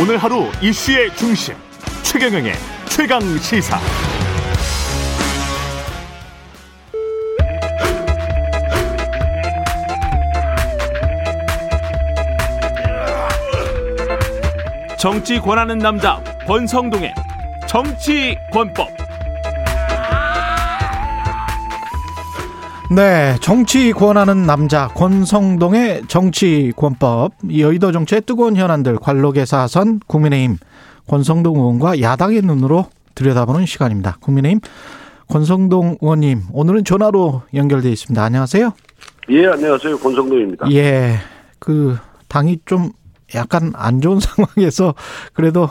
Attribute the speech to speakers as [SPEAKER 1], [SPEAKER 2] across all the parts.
[SPEAKER 1] 오늘 하루 이슈의 중심 최경영의 최강 시사.
[SPEAKER 2] 정치 권하는 남자 권성동의 정치 권법.
[SPEAKER 3] 네, 정치 권하는 남자 권성동의 정치 권법 여의도 정치의 뜨거운 현안들 관록의 사선 국민의힘 권성동 의원과 야당의 눈으로 들여다보는 시간입니다. 국민의힘 권성동 의원님 오늘은 전화로 연결돼 있습니다. 안녕하세요.
[SPEAKER 4] 예, 안녕하세요. 권성동입니다.
[SPEAKER 3] 예, 그 당이 좀 약간 안 좋은 상황에서 그래도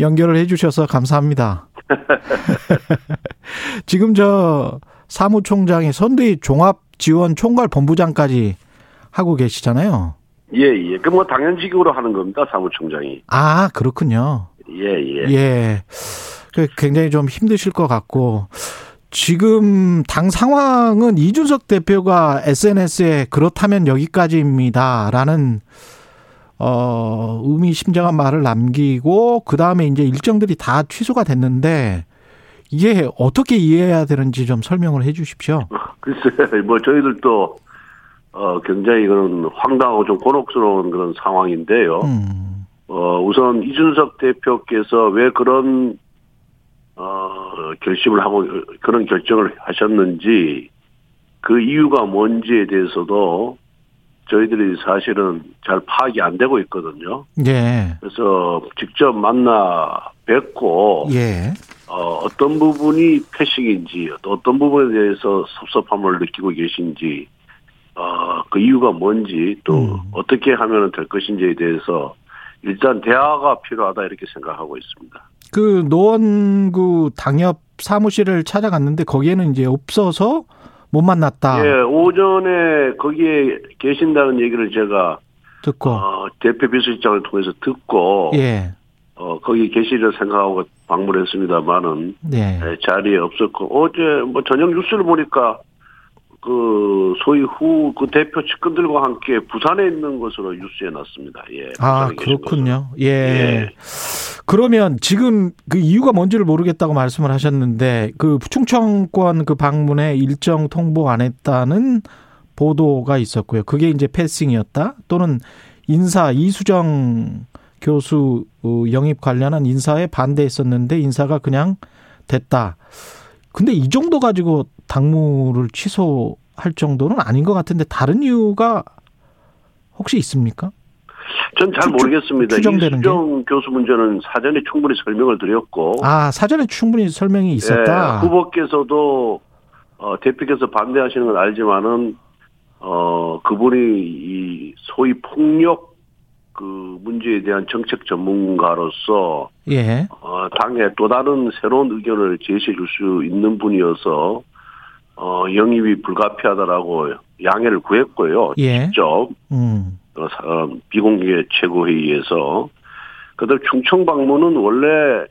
[SPEAKER 3] 연결을 해주셔서 감사합니다. 지금 저 사무총장이 선대위 종합 지원 총괄 본부장까지 하고 계시잖아요.
[SPEAKER 4] 예, 예. 그뭐 당연직으로 하는 겁니다. 사무총장이.
[SPEAKER 3] 아 그렇군요.
[SPEAKER 4] 예, 예.
[SPEAKER 3] 예. 그 굉장히 좀 힘드실 것 같고 지금 당 상황은 이준석 대표가 SNS에 그렇다면 여기까지입니다라는 어 의미심장한 말을 남기고 그 다음에 이제 일정들이 다 취소가 됐는데 이게 어떻게 이해해야 되는지 좀 설명을 해주십시오.
[SPEAKER 4] 글쎄, 뭐 저희들도 어 굉장히 그런 황당하고 좀 곤혹스러운 그런 상황인데요.
[SPEAKER 3] 음,
[SPEAKER 4] 어 우선 이준석 대표께서 왜 그런 어 결심을 하고 그런 결정을 하셨는지 그 이유가 뭔지에 대해서도 저희들이 사실은 잘 파악이 안 되고 있거든요.
[SPEAKER 3] 예,
[SPEAKER 4] 그래서 직접 만나 뵙고
[SPEAKER 3] 예,
[SPEAKER 4] 어, 어떤 부분이 패식인지 또 어떤 부분에 대해서 섭섭함을 느끼고 계신지 어, 그 이유가 뭔지 또 어떻게 하면 될 것인지에 대해서 일단 대화가 필요하다 이렇게 생각하고 있습니다.
[SPEAKER 3] 그 노원구 당협 사무실을 찾아갔는데 거기에는 이제 없어서 못 만났다
[SPEAKER 4] 예, 오전에 거기에 계신다는 얘기를 제가
[SPEAKER 3] 듣고
[SPEAKER 4] 어, 대표 비서실장을 통해서 듣고
[SPEAKER 3] 예,
[SPEAKER 4] 어, 거기 계시려 생각하고 방문했습니다만은
[SPEAKER 3] 네,
[SPEAKER 4] 네, 자리에 없었고 어제 뭐 저녁 뉴스를 보니까 그 소위 후 그 대표 측근들과 함께 부산에 있는 것으로 뉴스에 났습니다. 예.
[SPEAKER 3] 아
[SPEAKER 4] 부산에 계신
[SPEAKER 3] 그렇군요. 예.
[SPEAKER 4] 예.
[SPEAKER 3] 그러면 지금 그 이유가 뭔지를 모르겠다고 말씀을 하셨는데 그 충청권 그 방문에 일정 통보 안 했다는 보도가 있었고요. 그게 이제 패싱이었다 또는 인사 이수정 교수 어, 영입 관련한 인사에 반대했었는데 인사가 그냥 됐다. 근데 이 정도 가지고 당무를 취소할 정도는 아닌 것 같은데 다른 이유가 혹시 있습니까?
[SPEAKER 4] 전 잘
[SPEAKER 3] 추-
[SPEAKER 4] 모르겠습니다.
[SPEAKER 3] 추정되는
[SPEAKER 4] 이수정 교수 문제는 사전에 충분히 설명을 드렸고
[SPEAKER 3] 아 사전에 충분히 설명이 있었다.
[SPEAKER 4] 예, 후보께서도 어, 대표께서 반대하시는 건 알지만은 어 그분이 이 소위 폭력 그 문제에 대한 정책 전문가로서
[SPEAKER 3] 예.
[SPEAKER 4] 어, 당에 또 다른 새로운 의견을 제시해 줄 수 있는 분이어서 어, 영입이 불가피하다라고 양해를 구했고요.
[SPEAKER 3] 예.
[SPEAKER 4] 직접
[SPEAKER 3] 음.
[SPEAKER 4] 어, 사- 어, 비공개 최고회의에서 그다음 충청 방문은 원래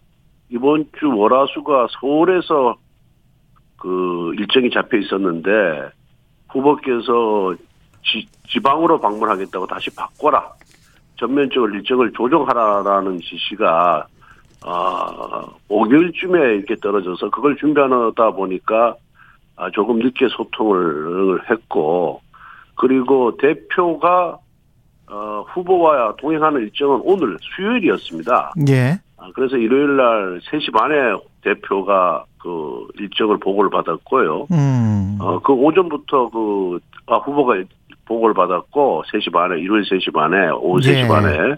[SPEAKER 4] 이번 주 월화수가 서울에서 그 일정이 잡혀 있었는데 후보께서 지, 지방으로 방문하겠다고 다시 바꿔라 전면적으로 일정을 조정하라라는 지시가 아, 5개월쯤에 이렇게 떨어져서 그걸 준비하다 보니까 아, 조금 늦게 소통을 했고 그리고 대표가 어, 후보와 동행하는 일정은 오늘 수요일이었습니다.
[SPEAKER 3] 예.
[SPEAKER 4] 아, 그래서 일요일 날 3시 반에 대표가 그 일정을 보고를 받았고요.
[SPEAKER 3] 음.
[SPEAKER 4] 어, 그 오전부터 그, 아, 후보가 보고를 받았고, 3시 반에, 일요일 3시 반에, 오후 3시
[SPEAKER 3] 예.
[SPEAKER 4] 반에,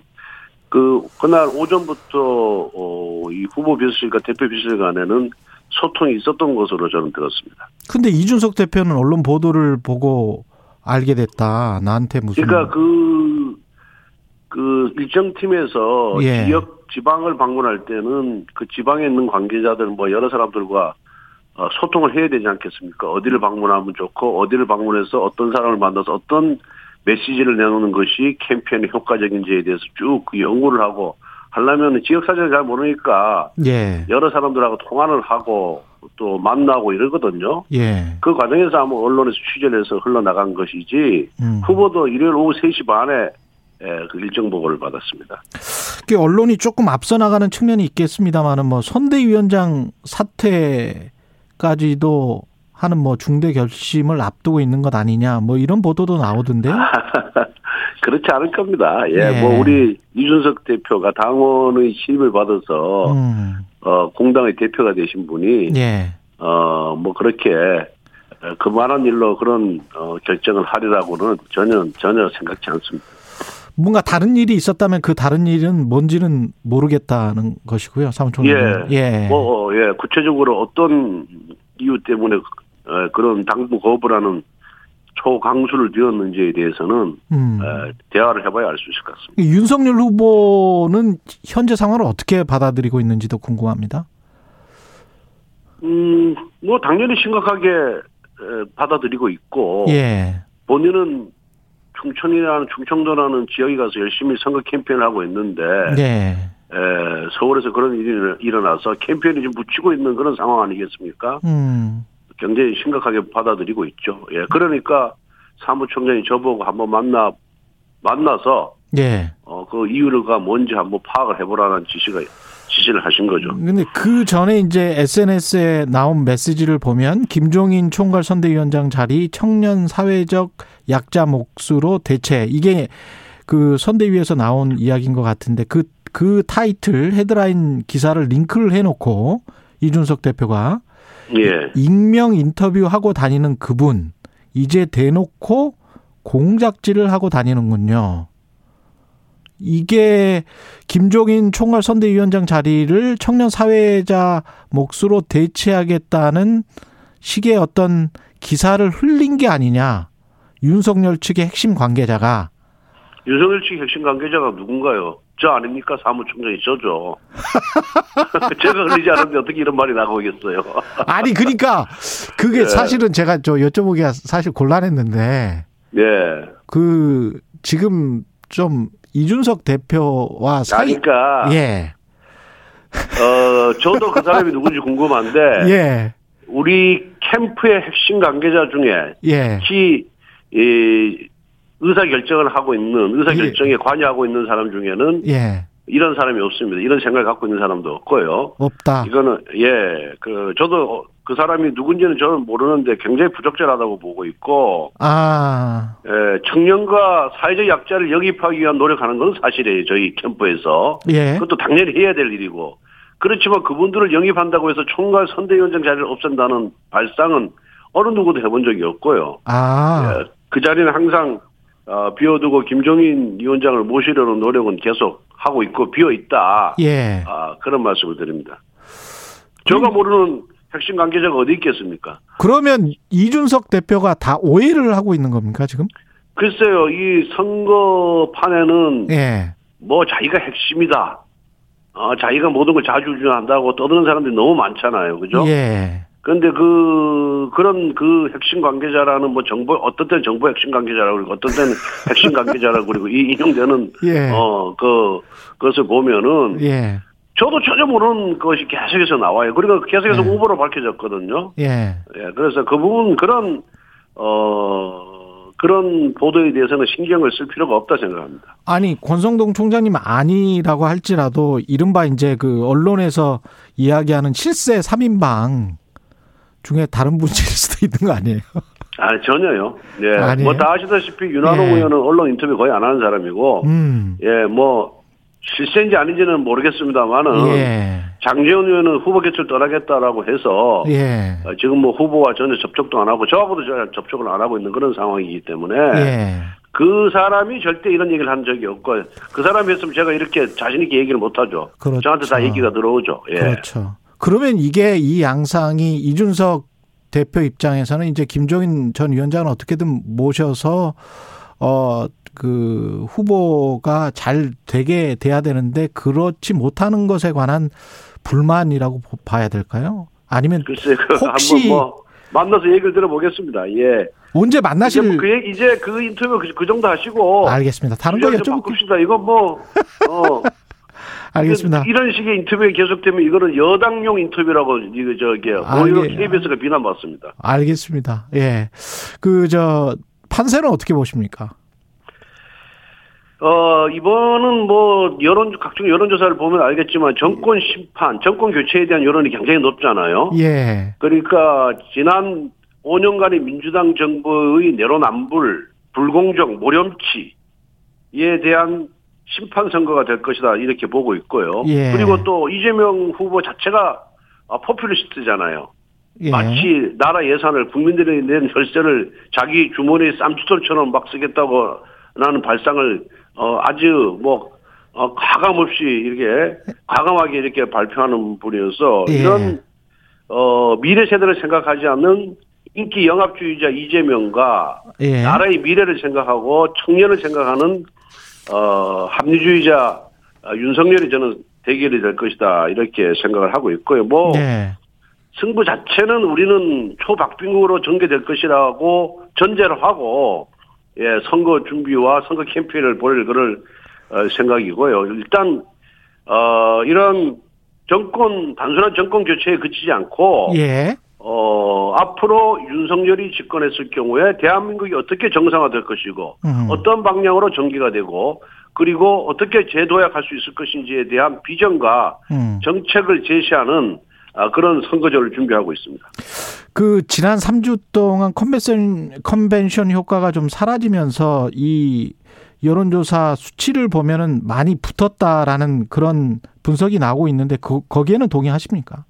[SPEAKER 4] 그, 그날 오전부터, 어, 이 후보 비서실과 대표 비서실 간에는 소통이 있었던 것으로 저는 들었습니다.
[SPEAKER 3] 근데 이준석 대표는 언론 보도를 보고 알게 됐다. 나한테 무슨
[SPEAKER 4] 그러니까 그, 그 일정팀에서
[SPEAKER 3] 예.
[SPEAKER 4] 지역 지방을 방문할 때는 그 지방에 있는 관계자들 뭐 여러 사람들과 어, 소통을 해야 되지 않겠습니까? 어디를 방문하면 좋고 어디를 방문해서 어떤 사람을 만나서 어떤 메시지를 내놓는 것이 캠페인의 효과적인지에 대해서 쭉그 연구를 하고 하려면 지역 사정을 잘 모르니까
[SPEAKER 3] 예.
[SPEAKER 4] 여러 사람들하고 통화를 하고 또 만나고 이러거든요.
[SPEAKER 3] 예.
[SPEAKER 4] 그 과정에서 아마 언론에서 취재를 해서 흘러나간 것이지
[SPEAKER 3] 음.
[SPEAKER 4] 후보도 일요일 오후 3시 반에 예, 그 일정 보고를 받았습니다.
[SPEAKER 3] 쉽게 언론이 조금 앞서 나가는 측면이 있겠습니다만은 뭐 선대위원장 사퇴까지도 하는 뭐 중대 결심을 앞두고 있는 것 아니냐 뭐 이런 보도도 나오던데요.
[SPEAKER 4] 아, 그렇지 않을 겁니다. 예,
[SPEAKER 3] 예.
[SPEAKER 4] 뭐 우리 이준석 대표가 당원의 신임을 받아서
[SPEAKER 3] 음.
[SPEAKER 4] 어, 공당의 대표가 되신 분이
[SPEAKER 3] 예.
[SPEAKER 4] 어 뭐 그렇게 어, 그만한 일로 그런 어, 결정을 하리라고는 전혀 전혀 생각지 않습니다.
[SPEAKER 3] 뭔가 다른 일이 있었다면 그 다른 일은 뭔지는 모르겠다는 것이고요. 사무총장.
[SPEAKER 4] 예.
[SPEAKER 3] 예.
[SPEAKER 4] 뭐, 어, 예, 구체적으로 어떤 이유 때문에 어, 그런 당부 거부라는 초강수를 띄웠는지에 대해서는
[SPEAKER 3] 음.
[SPEAKER 4] 어, 대화를 해봐야 알 수 있을 것 같습니다.
[SPEAKER 3] 윤석열 후보는 현재 상황을 어떻게 받아들이고 있는지도 궁금합니다.
[SPEAKER 4] 음, 뭐 당연히 심각하게 에, 받아들이고 있고
[SPEAKER 3] 예.
[SPEAKER 4] 본인은 충청이라는 충청도라는 지역에 가서 열심히 선거 캠페인을 하고 있는데
[SPEAKER 3] 예.
[SPEAKER 4] 에, 서울에서 그런 일이 일- 일어나서 캠페인이 좀 묻히고 있는 그런 상황 아니겠습니까?
[SPEAKER 3] 음.
[SPEAKER 4] 굉장히 심각하게 받아들이고 있죠. 예, 그러니까 사무총장이 저보고 한번 만나 만나서
[SPEAKER 3] 예.
[SPEAKER 4] 어, 그 이유가 뭔지 한번 파악을 해보라는 지시가 지시를 하신 거죠.
[SPEAKER 3] 근데 그 전에 이제 SNS에 나온 메시지를 보면 김종인 총괄 선대위원장 자리 청년 사회적 약자 몫으로 대체 이게 그 선대위에서 나온 이야기인 것 같은데 그 그 타이틀 헤드라인 기사를 링크를 해놓고 이준석 대표가
[SPEAKER 4] 예,
[SPEAKER 3] 익명 인터뷰하고 다니는 그분 이제 대놓고 공작질을 하고 다니는군요. 이게 김종인 총괄 선대위원장 자리를 청년 사회자 몫으로 대체하겠다는 식의 어떤 기사를 흘린 게 아니냐. 윤석열 측의 핵심 관계자가
[SPEAKER 4] 윤석열 측 핵심 관계자가 누군가요? 저 아닙니까? 사무총장이 저죠. 제가 그러지 않은데 어떻게 이런 말이 나오겠어요?
[SPEAKER 3] 아니 그러니까 그게
[SPEAKER 4] 예.
[SPEAKER 3] 사실은 제가 저 여쭤보기가 사실 곤란했는데
[SPEAKER 4] 예.
[SPEAKER 3] 그 지금 좀 이준석 대표와 사이
[SPEAKER 4] 그러니까
[SPEAKER 3] 예.
[SPEAKER 4] 어 저도 그 사람이 누군지 궁금한데
[SPEAKER 3] 예.
[SPEAKER 4] 우리 캠프의 핵심 관계자 중에
[SPEAKER 3] 예.
[SPEAKER 4] 특히 이 의사 결정을 하고 있는 의사 결정에 관여하고 있는 사람 중에는
[SPEAKER 3] 예.
[SPEAKER 4] 이런 사람이 없습니다. 이런 생각을 갖고 있는 사람도 없고요.
[SPEAKER 3] 없다.
[SPEAKER 4] 이거는 예, 그 저도 그 사람이 누군지는 저는 모르는데 굉장히 부적절하다고 보고 있고
[SPEAKER 3] 아.
[SPEAKER 4] 예, 청년과 사회적 약자를 영입하기 위한 노력하는 건 사실이에요. 저희 캠프에서
[SPEAKER 3] 예.
[SPEAKER 4] 그것도 당연히 해야 될 일이고 그렇지만 그분들을 영입한다고 해서 총괄 선대위원장 자리를 없앤다는 발상은 어느 누구도 해본 적이 없고요.
[SPEAKER 3] 아.
[SPEAKER 4] 예, 그 자리는 항상 어, 비워두고 김종인 위원장을 모시려는 노력은 계속 하고 있고 비어 있다.
[SPEAKER 3] 예.
[SPEAKER 4] 아, 그런 말씀을 드립니다.
[SPEAKER 3] 음.
[SPEAKER 4] 제가 모르는 핵심 관계자가 어디 있겠습니까?
[SPEAKER 3] 그러면 이준석 대표가 다 오해를 하고 있는 겁니까, 지금?
[SPEAKER 4] 글쎄요, 이 선거판에는
[SPEAKER 3] 예.
[SPEAKER 4] 뭐 자기가 핵심이다. 어, 자기가 모든 걸 자주주장한다고 떠드는 사람들이 너무 많잖아요. 그죠?
[SPEAKER 3] 예.
[SPEAKER 4] 그런데 그, 그런 그 핵심 관계자라는 뭐 정보, 어떤 때는 정보 핵심 관계자라고 그러고 어떤 때는 핵심 관계자라고 그러고 이 인용되는
[SPEAKER 3] 예.
[SPEAKER 4] 어, 그, 그것을 보면은
[SPEAKER 3] 예.
[SPEAKER 4] 저도 전혀 모르는 것이 계속해서 나와요. 그리고 계속해서
[SPEAKER 3] 네.
[SPEAKER 4] 후보로 밝혀졌거든요.
[SPEAKER 3] 예.
[SPEAKER 4] 예, 그래서 그 부분 그런 어 그런 보도에 대해서는 신경을 쓸 필요가 없다 생각합니다.
[SPEAKER 3] 아니, 권성동 총장님 아니라고 할지라도 이른바 이제 그 언론에서 이야기하는 실세 삼인방 중에 다른 분일 수도 있는 거 아니에요?
[SPEAKER 4] 아 전혀요. 예,
[SPEAKER 3] 아니에요?
[SPEAKER 4] 뭐 다 아시다시피 윤한홍
[SPEAKER 3] 예.
[SPEAKER 4] 의원은 언론 인터뷰 거의 안 하는 사람이고,
[SPEAKER 3] 음.
[SPEAKER 4] 예, 뭐 실세인지 아닌지는 모르겠습니다만은
[SPEAKER 3] 예.
[SPEAKER 4] 장재원 의원은 후보 개출 떠나겠다라고 해서
[SPEAKER 3] 예.
[SPEAKER 4] 어, 지금 뭐 후보와 전혀 접촉도 안 하고 저하고도 전혀 접촉을 안 하고 있는 그런 상황이기 때문에
[SPEAKER 3] 예.
[SPEAKER 4] 그 사람이 절대 이런 얘기를 한 적이 없고 그 사람이 했으면 제가 이렇게 자신 있게 얘기를 못 하죠.
[SPEAKER 3] 그렇죠.
[SPEAKER 4] 저한테 다 얘기가 들어오죠. 예.
[SPEAKER 3] 그렇죠. 그러면 이게 이 양상이 이준석 대표 입장에서는 이제 김종인 전 위원장을 어떻게든 모셔서 어 그 후보가 잘 되게 돼야 되는데 그렇지 못하는 것에 관한 불만이라고 보- 봐야 될까요? 아니면
[SPEAKER 4] 글쎄 그
[SPEAKER 3] 혹시-
[SPEAKER 4] 한번 뭐 만나서 얘기를 들어보겠습니다. 예.
[SPEAKER 3] 언제
[SPEAKER 4] 이제 뭐
[SPEAKER 3] 만나실
[SPEAKER 4] 그 얘기- 이제 그 인터뷰 그, 그 정도 하시고
[SPEAKER 3] 알겠습니다. 다른 거
[SPEAKER 4] 주제를 좀
[SPEAKER 3] 여쭤볼게요.
[SPEAKER 4] 바꿉시다. 이거 뭐 어,
[SPEAKER 3] 알겠습니다.
[SPEAKER 4] 이런 식의 인터뷰가 계속되면 이거는 여당용 인터뷰라고 이거 저기
[SPEAKER 3] 아,
[SPEAKER 4] 오히려
[SPEAKER 3] 예.
[SPEAKER 4] KBS가 비난받습니다.
[SPEAKER 3] 알겠습니다. 예. 그 저 판세는 어떻게 보십니까?
[SPEAKER 4] 어, 이번은 뭐, 여론, 각종 여론조사를 보면 알겠지만, 정권 심판, 정권 교체에 대한 여론이 굉장히 높잖아요.
[SPEAKER 3] 예.
[SPEAKER 4] 그러니까, 지난 5년간의 민주당 정부의 내로남불, 불공정, 모렴치에 대한 심판 선거가 될 것이다, 이렇게 보고 있고요.
[SPEAKER 3] 예.
[SPEAKER 4] 그리고 또, 이재명 후보 자체가 아, 포퓰리스트잖아요.
[SPEAKER 3] 예.
[SPEAKER 4] 마치 나라 예산을 국민들이 낸 혈세를 자기 주머니에 쌈짓돈처럼 막 쓰겠다고 나는 발상을 어 아주 뭐 어, 과감 없이 이렇게 과감하게 이렇게 발표하는 분이어서
[SPEAKER 3] 예.
[SPEAKER 4] 이런 어 미래 세대를 생각하지 않는 인기 영합주의자 이재명과
[SPEAKER 3] 예.
[SPEAKER 4] 나라의 미래를 생각하고 청년을 생각하는 어 합리주의자 어, 윤석열이 저는 대결이 될 것이다 이렇게 생각을 하고 있고요. 뭐
[SPEAKER 3] 예.
[SPEAKER 4] 승부 자체는 우리는 초박빙으로 전개될 것이라고 전제를 하고 예, 선거 준비와 선거 캠페인을 벌일 그럴 어, 생각이고요. 일단 어, 이런 정권 단순한 정권 교체에 그치지 않고
[SPEAKER 3] 예.
[SPEAKER 4] 어, 앞으로 윤석열이 집권했을 경우에 대한민국이 어떻게 정상화될 것이고
[SPEAKER 3] 음.
[SPEAKER 4] 어떤 방향으로 전개가 되고 그리고 어떻게 재도약할 수 있을 것인지에 대한 비전과
[SPEAKER 3] 음.
[SPEAKER 4] 정책을 제시하는 아, 그런 선거제를 준비하고 있습니다.
[SPEAKER 3] 그 지난 3주 동안 컨벤션 컨벤션 효과가 좀 사라지면서 이 여론조사 수치를 보면은 많이 붙었다라는 그런 분석이 나오고 있는데 그, 거기에는 동의하십니까?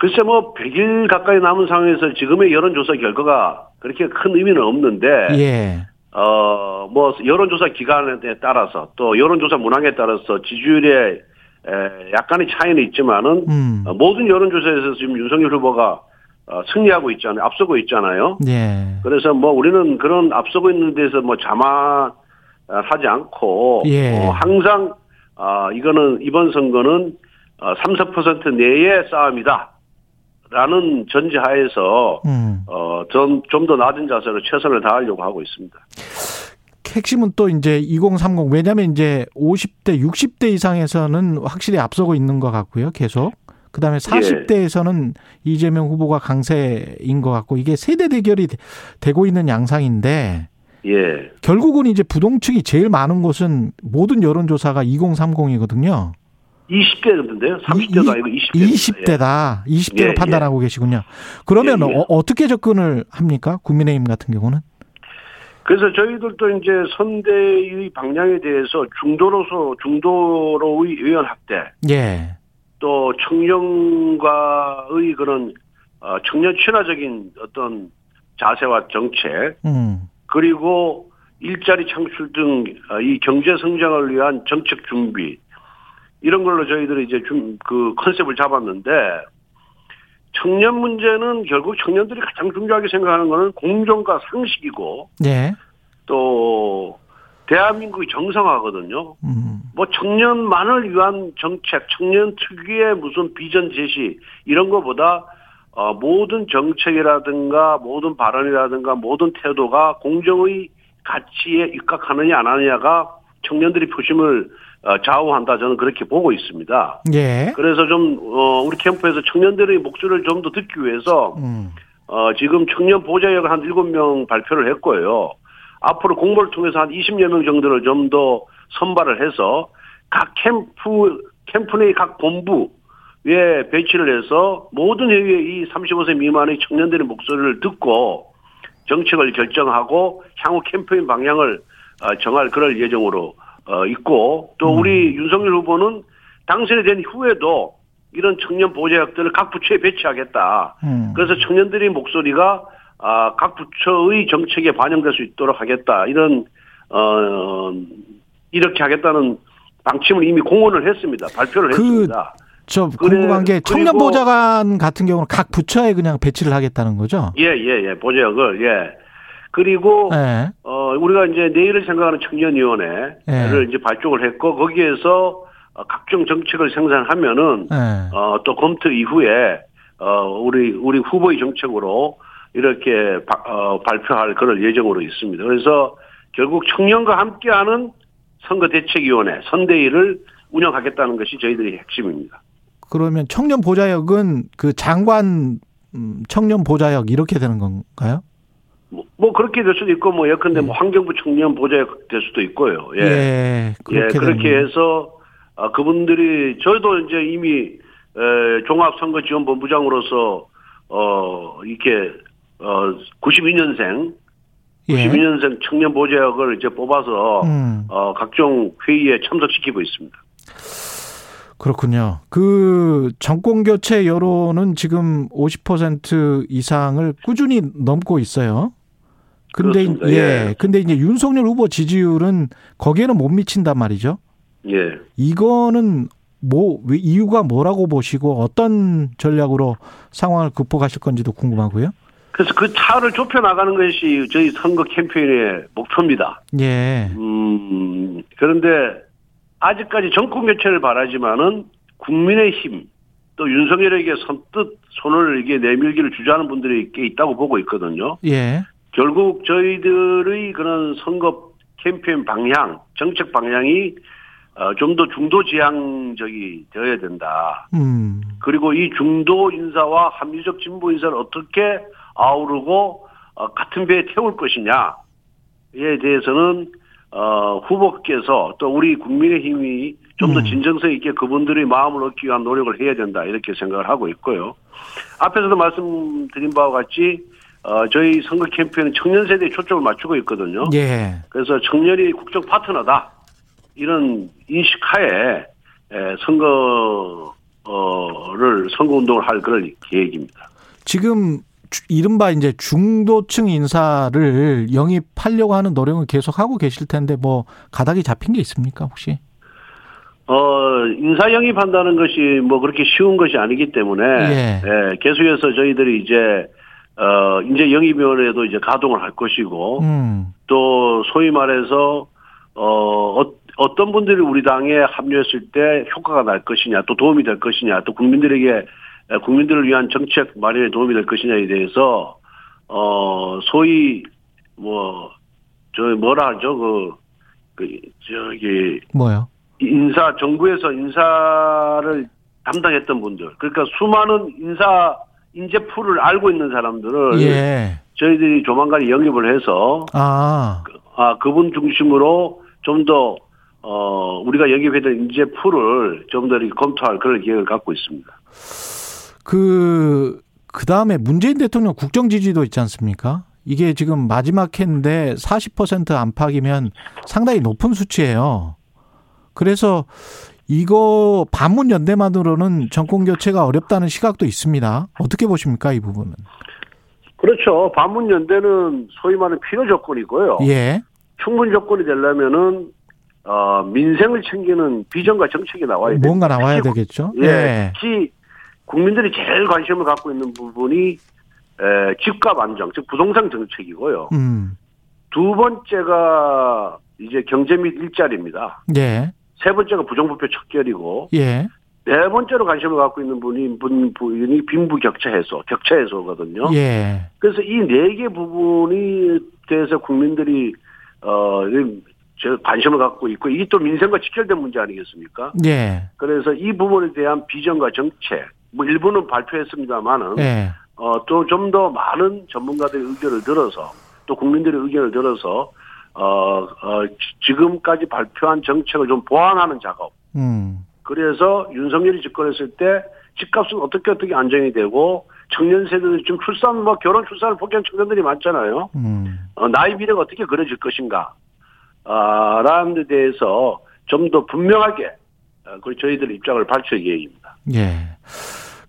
[SPEAKER 4] 글쎄 뭐 100일 가까이 남은 상황에서 지금의 여론조사 결과가 그렇게 큰 의미는 없는데
[SPEAKER 3] 예.
[SPEAKER 4] 어 뭐 여론조사 기간에 따라서 또 여론조사 문항에 따라서 지지율에 에, 약간의 차이는 있지만은
[SPEAKER 3] 음.
[SPEAKER 4] 어, 모든 여론조사에서 지금 윤석열 후보가 어, 승리하고 있잖아요. 앞서고 있잖아요.
[SPEAKER 3] 예.
[SPEAKER 4] 그래서 뭐 우리는 그런 앞서고 있는 데서 뭐 자만하지 않고
[SPEAKER 3] 예.
[SPEAKER 4] 어, 항상 아 이거는 이번 선거는 어, 3, 4% 내의 싸움이다라는 전제하에서
[SPEAKER 3] 음.
[SPEAKER 4] 어좀좀 더 낮은 자세로 최선을 다하려고 하고 있습니다.
[SPEAKER 3] 핵심은 또 이제 2030 왜냐면 이제 50대 60대 이상에서는 확실히 앞서고 있는 것 같고요. 계속.
[SPEAKER 4] 예.
[SPEAKER 3] 그다음에 40대에서는 이재명 후보가 강세인 것 같고 이게 세대 대결이 되- 되고 있는 양상인데
[SPEAKER 4] 예.
[SPEAKER 3] 결국은 이제 부동층이 제일 많은 곳은 모든 여론조사가 2030이거든요.
[SPEAKER 4] 20대인데요. 30대도 아니고 20대.
[SPEAKER 3] 20대다. 20대로
[SPEAKER 4] 예, 예.
[SPEAKER 3] 판단하고 계시군요. 그러면
[SPEAKER 4] 예, 예.
[SPEAKER 3] 어, 떻게 접근을 합니까? 국민의힘 같은 경우는?
[SPEAKER 4] 그래서 저희들도 이제 선대의 방향에 대해서 중도로서 중도로의 의원 확대
[SPEAKER 3] 예.
[SPEAKER 4] 또 청년과의 그런 어, 청년 친화적인 어떤 자세와 정책
[SPEAKER 3] 음.
[SPEAKER 4] 그리고 일자리 창출 등 어, 이 경제 성장을 위한 정책 준비 이런 걸로 저희들이 이제 좀 그 컨셉을 잡았는데 청년 문제는 결국 청년들이 가장 중요하게 생각하는 거는 공정과 상식이고
[SPEAKER 3] 예.
[SPEAKER 4] 또 대한민국이 정상화거든요.
[SPEAKER 3] 음.
[SPEAKER 4] 뭐 청년만을 위한 정책, 청년 특유의 무슨 비전 제시 이런 거보다 어, 모든 정책이라든가 모든 발언이라든가 모든 태도가 공정의 가치에 입각하느냐 안 하느냐가 청년들이 표심을 어, 좌우한다 저는 그렇게 보고 있습니다.
[SPEAKER 3] 예.
[SPEAKER 4] 그래서 좀 어, 우리 캠프에서 청년들의 목소리를 좀 더 듣기 위해서
[SPEAKER 3] 음.
[SPEAKER 4] 어, 지금 청년 보좌역을 한 7명 발표를 했고요. 앞으로 공모를 통해서 한 20여 명 정도를 좀 더 선발을 해서 각 캠프, 캠프 내 각 본부에 배치를 해서 모든 회의에 이 35세 미만의 청년들의 목소리를 듣고 정책을 결정하고 향후 캠페인 방향을 어, 정할 그럴 예정으로 어, 있고 또 우리 윤석열 후보는 당선이 된 후에도 이런 청년 보좌역들을 각 부처에 배치하겠다.
[SPEAKER 3] 음.
[SPEAKER 4] 그래서 청년들의 목소리가 아, 각 부처의 정책에 반영될 수 있도록 하겠다. 이런 어 이렇게 하겠다는 방침을 이미 공언을 했습니다. 발표를
[SPEAKER 3] 그-
[SPEAKER 4] 했습니다.
[SPEAKER 3] 저
[SPEAKER 4] 그래,
[SPEAKER 3] 궁금한 게
[SPEAKER 4] 그리고-
[SPEAKER 3] 청년보좌관 같은 경우는 각 부처에 그냥 배치를 하겠다는 거죠?
[SPEAKER 4] 예, 예, 예. 보좌역을 예. 그리고
[SPEAKER 3] 예.
[SPEAKER 4] 어 우리가 이제 내일을 생각하는 청년위원회를
[SPEAKER 3] 예.
[SPEAKER 4] 이제 발족을 했고 거기에서 어, 각종 정책을 생산하면은
[SPEAKER 3] 예.
[SPEAKER 4] 어, 또 검토 이후에 어, 우리 우리 후보의 정책으로 이렇게 바- 어, 발표할 그런 예정으로 있습니다. 그래서 결국 청년과 함께하는 선거 대책위원회 선대위를 운영하겠다는 것이 저희들의 핵심입니다.
[SPEAKER 3] 그러면 청년 보좌역은 그 장관 음, 청년 보좌역 이렇게 되는 건가요?
[SPEAKER 4] 뭐, 뭐 그렇게 될 수도 있고 뭐 예컨대 뭐 환경부 청년 보좌 될 수도 있고요. 예.
[SPEAKER 3] 네. 예,
[SPEAKER 4] 예,
[SPEAKER 3] 그렇게 되면.
[SPEAKER 4] 그렇게 해서 아, 그분들이 저희도 이제 이미 에, 종합선거지원본부장으로서 어 이렇게 어 92년생
[SPEAKER 3] 예.
[SPEAKER 4] 92년생 청년 보좌역을 이제 뽑아서
[SPEAKER 3] 음.
[SPEAKER 4] 어 각종 회의에 참석시키고 있습니다.
[SPEAKER 3] 그렇군요. 그 정권 교체 여론은 지금 50% 이상을 꾸준히 넘고 있어요. 근데 이-
[SPEAKER 4] 그렇습니다.
[SPEAKER 3] 예.
[SPEAKER 4] 예.
[SPEAKER 3] 근데 이제 윤석열 후보 지지율은 거기에는 못 미친단 말이죠.
[SPEAKER 4] 예.
[SPEAKER 3] 이거는 뭐 왜- 이유가 뭐라고 보시고 어떤 전략으로 상황을 극복하실 건지도 궁금하고요.
[SPEAKER 4] 그래서 그 차를 좁혀 나가는 것이 저희 선거 캠페인의 목표입니다.
[SPEAKER 3] 예.
[SPEAKER 4] 음, 그런데 아직까지 정권 교체를 바라지만은 국민의힘 또 윤석열에게 선뜻 손을 이게 내밀기를 주저하는 분들이 꽤 있다고 보고 있거든요.
[SPEAKER 3] 예.
[SPEAKER 4] 결국 저희들의 그런 선거 캠페인 방향, 정책 방향이 어, 좀 더 중도 지향적이 되어야 된다.
[SPEAKER 3] 음.
[SPEAKER 4] 그리고 이 중도 인사와 합리적 진보 인사를 어떻게 아우르고 어, 같은 배에 태울 것이냐에 대해서는 어, 후보께서 또 우리 국민의힘이 좀 더 진정성 있게 그분들의 마음을 얻기 위한 노력을 해야 된다 이렇게 생각을 하고 있고요. 앞에서도 말씀드린 바와 같이 어, 저희 선거 캠페인은 청년 세대에 초점을 맞추고 있거든요.
[SPEAKER 3] 예.
[SPEAKER 4] 그래서 청년이 국적 파트너다 이런 인식하에 에, 선거를 선거 운동을 할 그런 계획입니다.
[SPEAKER 3] 지금 주- 이른바 이제 중도층 인사를 영입하려고 하는 노력을 계속 하고 계실 텐데 뭐 가닥이 잡힌 게 있습니까 혹시?
[SPEAKER 4] 어 인사 영입한다는 것이 뭐 그렇게 쉬운 것이 아니기 때문에
[SPEAKER 3] 예.
[SPEAKER 4] 예, 계속해서 저희들이 이제 어 이제 영입위원회도 이제 가동을 할 것이고
[SPEAKER 3] 음.
[SPEAKER 4] 또 소위 말해서 어, 어 어떤 분들이 우리 당에 합류했을 때 효과가 날 것이냐, 또 도움이 될 것이냐, 또 국민들에게 에, 국민들을 위한 정책 마련에 도움이 될 것이냐에 대해서 어 소위 뭐 저 뭐라 하죠 그, 그 저기
[SPEAKER 3] 뭐요?
[SPEAKER 4] 인사 정부에서 인사를 담당했던 분들 그러니까 수많은 인사 인재 풀을 알고 있는 사람들을
[SPEAKER 3] 예.
[SPEAKER 4] 저희들이 조만간 영입을 해서
[SPEAKER 3] 아.
[SPEAKER 4] 아, 그분 중심으로 좀 더, 어, 우리가 영입했던 인재 풀을 좀 더 검토할 그런 계획을 갖고 있습니다.
[SPEAKER 3] 그, 그 다음에 문재인 대통령 국정 지지도 있지 않습니까? 이게 지금 마지막 해인데 40% 안팎이면 상당히 높은 수치예요. 그래서 이거 반문 연대만으로는 정권 교체가 어렵다는 시각도 있습니다. 어떻게 보십니까 이 부분은?
[SPEAKER 4] 그렇죠. 반문연대는 소위 말하는 필요 조건이고요.
[SPEAKER 3] 예,
[SPEAKER 4] 충분 조건이 되려면은, 어, 민생을 챙기는 비전과 정책이 나와야 돼요.
[SPEAKER 3] 뭔가 나와야 되겠죠.
[SPEAKER 4] 예. 특히 국민들이 제일 관심을 갖고 있는 부분이 에, 집값 안정, 즉 부동산 정책이고요.
[SPEAKER 3] 음,
[SPEAKER 4] 두 번째가 이제 경제 및 일자리입니다.
[SPEAKER 3] 예,
[SPEAKER 4] 세 번째가 부정부패 척결이고
[SPEAKER 3] 예,
[SPEAKER 4] 네 번째로 관심을 갖고 있는 분이 분 분이 빈부 격차 해소, 격차 해소거든요.
[SPEAKER 3] 예,
[SPEAKER 4] 그래서 이 네 개 부분이 대해서 국민들이 어, 이- 저 관심을 갖고 있고 이게 또 민생과 직결된 문제 아니겠습니까?
[SPEAKER 3] 예,
[SPEAKER 4] 그래서 이 부분에 대한 비전과 정책, 뭐 일부는 발표했습니다만은
[SPEAKER 3] 예.
[SPEAKER 4] 어, 또 좀 더 많은 전문가들의 의견을 들어서 또 국민들의 의견을 들어서 어, 어, 지- 지금까지 발표한 정책을 좀 보완하는 작업.
[SPEAKER 3] 음,
[SPEAKER 4] 그래서 윤석열이 집권했을 때 집값은 어떻게 어떻게 안정이 되고 청년 세대들 지금 출산 뭐 결혼 출산을 포기한 청년들이 많잖아요.
[SPEAKER 3] 음,
[SPEAKER 4] 어, 나이 미래가 어떻게 그려질 것인가? 아, 라는 데 대해서 좀 더 분명하게 어, 그 저희들 입장을 밝힐 예정입니다.
[SPEAKER 3] 예.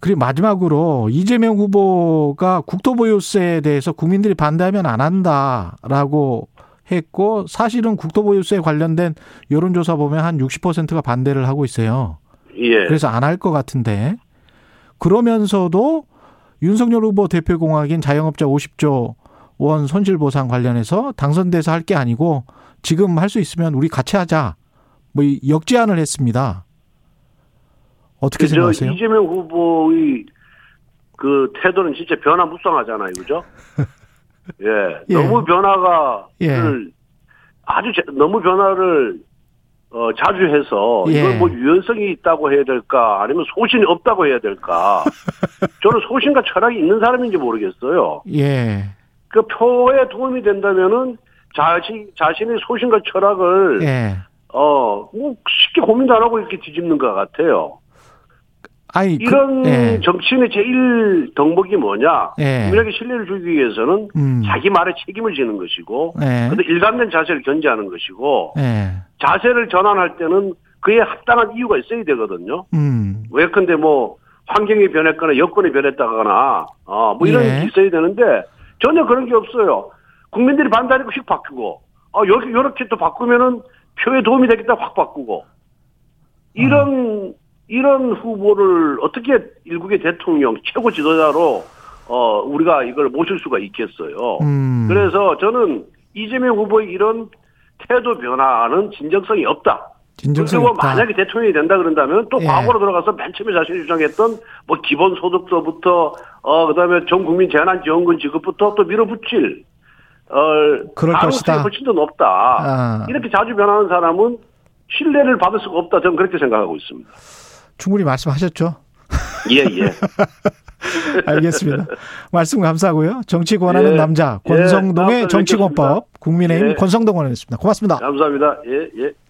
[SPEAKER 3] 그리고 마지막으로 이재명 후보가 국토보유세에 대해서 국민들이 반대하면 안 한다라고 했고 사실은 국토보유세 관련된 여론조사 보면 한 60%가 반대를 하고 있어요.
[SPEAKER 4] 예.
[SPEAKER 3] 그래서 안 할 것 같은데 그러면서도 윤석열 후보 대표공약인 자영업자 50조 원 손실보상 관련해서 당선돼서 할 게 아니고 지금 할 수 있으면 우리 같이 하자 뭐이 역제안을 했습니다. 어떻게
[SPEAKER 4] 저
[SPEAKER 3] 생각하세요?
[SPEAKER 4] 이재명 후보의 그 태도는 진짜 변화무쌍하잖아요, 그죠? 예,
[SPEAKER 3] 예.
[SPEAKER 4] 너무 변화가
[SPEAKER 3] 예.
[SPEAKER 4] 아주 자- 너무 변화를 어, 자주 해서
[SPEAKER 3] 예.
[SPEAKER 4] 이걸 뭐 유연성이 있다고 해야 될까, 아니면 소신이 없다고 해야 될까? 저는 소신과 철학이 있는 사람인지 모르겠어요.
[SPEAKER 3] 예.
[SPEAKER 4] 그 표에 도움이 된다면은 자신 자신의 소신과 철학을
[SPEAKER 3] 예.
[SPEAKER 4] 어, 뭐 쉽게 고민도 안 하고 이렇게 뒤집는 것 같아요.
[SPEAKER 3] 아니 그-
[SPEAKER 4] 이런
[SPEAKER 3] 예.
[SPEAKER 4] 정치인의 제일 덕목이 뭐냐?
[SPEAKER 3] 예.
[SPEAKER 4] 국민에게 신뢰를 주기 위해서는
[SPEAKER 3] 음.
[SPEAKER 4] 자기 말에 책임을 지는 것이고,
[SPEAKER 3] 예.
[SPEAKER 4] 그런데 일관된 자세를 견지하는 것이고,
[SPEAKER 3] 예.
[SPEAKER 4] 자세를 전환할 때는 그에 합당한 이유가 있어야 되거든요.
[SPEAKER 3] 음.
[SPEAKER 4] 왜컨대 뭐 환경이 변했거나 여건이 변했다거나, 어, 뭐 이런
[SPEAKER 3] 예.
[SPEAKER 4] 게 있어야 되는데 전혀 그런 게 없어요. 국민들이 반대하니까 휙 바꾸고, 어, 여기 이렇게 또 바꾸면은 표에 도움이 되겠다 확 바꾸고
[SPEAKER 3] 음.
[SPEAKER 4] 이런 이런 후보를 어떻게 일국의 대통령 최고 지도자로 어 우리가 이걸 모실 수가 있겠어요.
[SPEAKER 3] 음.
[SPEAKER 4] 그래서 저는 이재명 후보의 이런 태도 변화는 진정성이 없다.
[SPEAKER 3] 진정성
[SPEAKER 4] 그리고
[SPEAKER 3] 있다.
[SPEAKER 4] 뭐 만약에 대통령이 된다 그런다면 또
[SPEAKER 3] 예.
[SPEAKER 4] 과거로 돌아가서 맨 처음에 자신이 주장했던 뭐 기본소득서부터 어 그다음에 전 국민 재난지원금 지급부터 또 밀어붙일 어
[SPEAKER 3] 그럴
[SPEAKER 4] 가능성이
[SPEAKER 3] 것이다.
[SPEAKER 4] 훨씬 더 높다.
[SPEAKER 3] 아.
[SPEAKER 4] 이렇게 자주 변하는 사람은 신뢰를 받을 수가 없다. 저는 그렇게 생각하고 있습니다.
[SPEAKER 3] 충분히 말씀하셨죠.
[SPEAKER 4] 예 예.
[SPEAKER 3] 알겠습니다. 말씀 감사하고요. 정치 권하는
[SPEAKER 4] 예.
[SPEAKER 3] 남자
[SPEAKER 4] 예, 다음
[SPEAKER 3] 권성동의
[SPEAKER 4] 주에
[SPEAKER 3] 정치권법 국민의힘
[SPEAKER 4] 뵙겠습니다. 예.
[SPEAKER 3] 권성동 의원이었습니다. 고맙습니다.
[SPEAKER 4] 감사합니다. 예 예.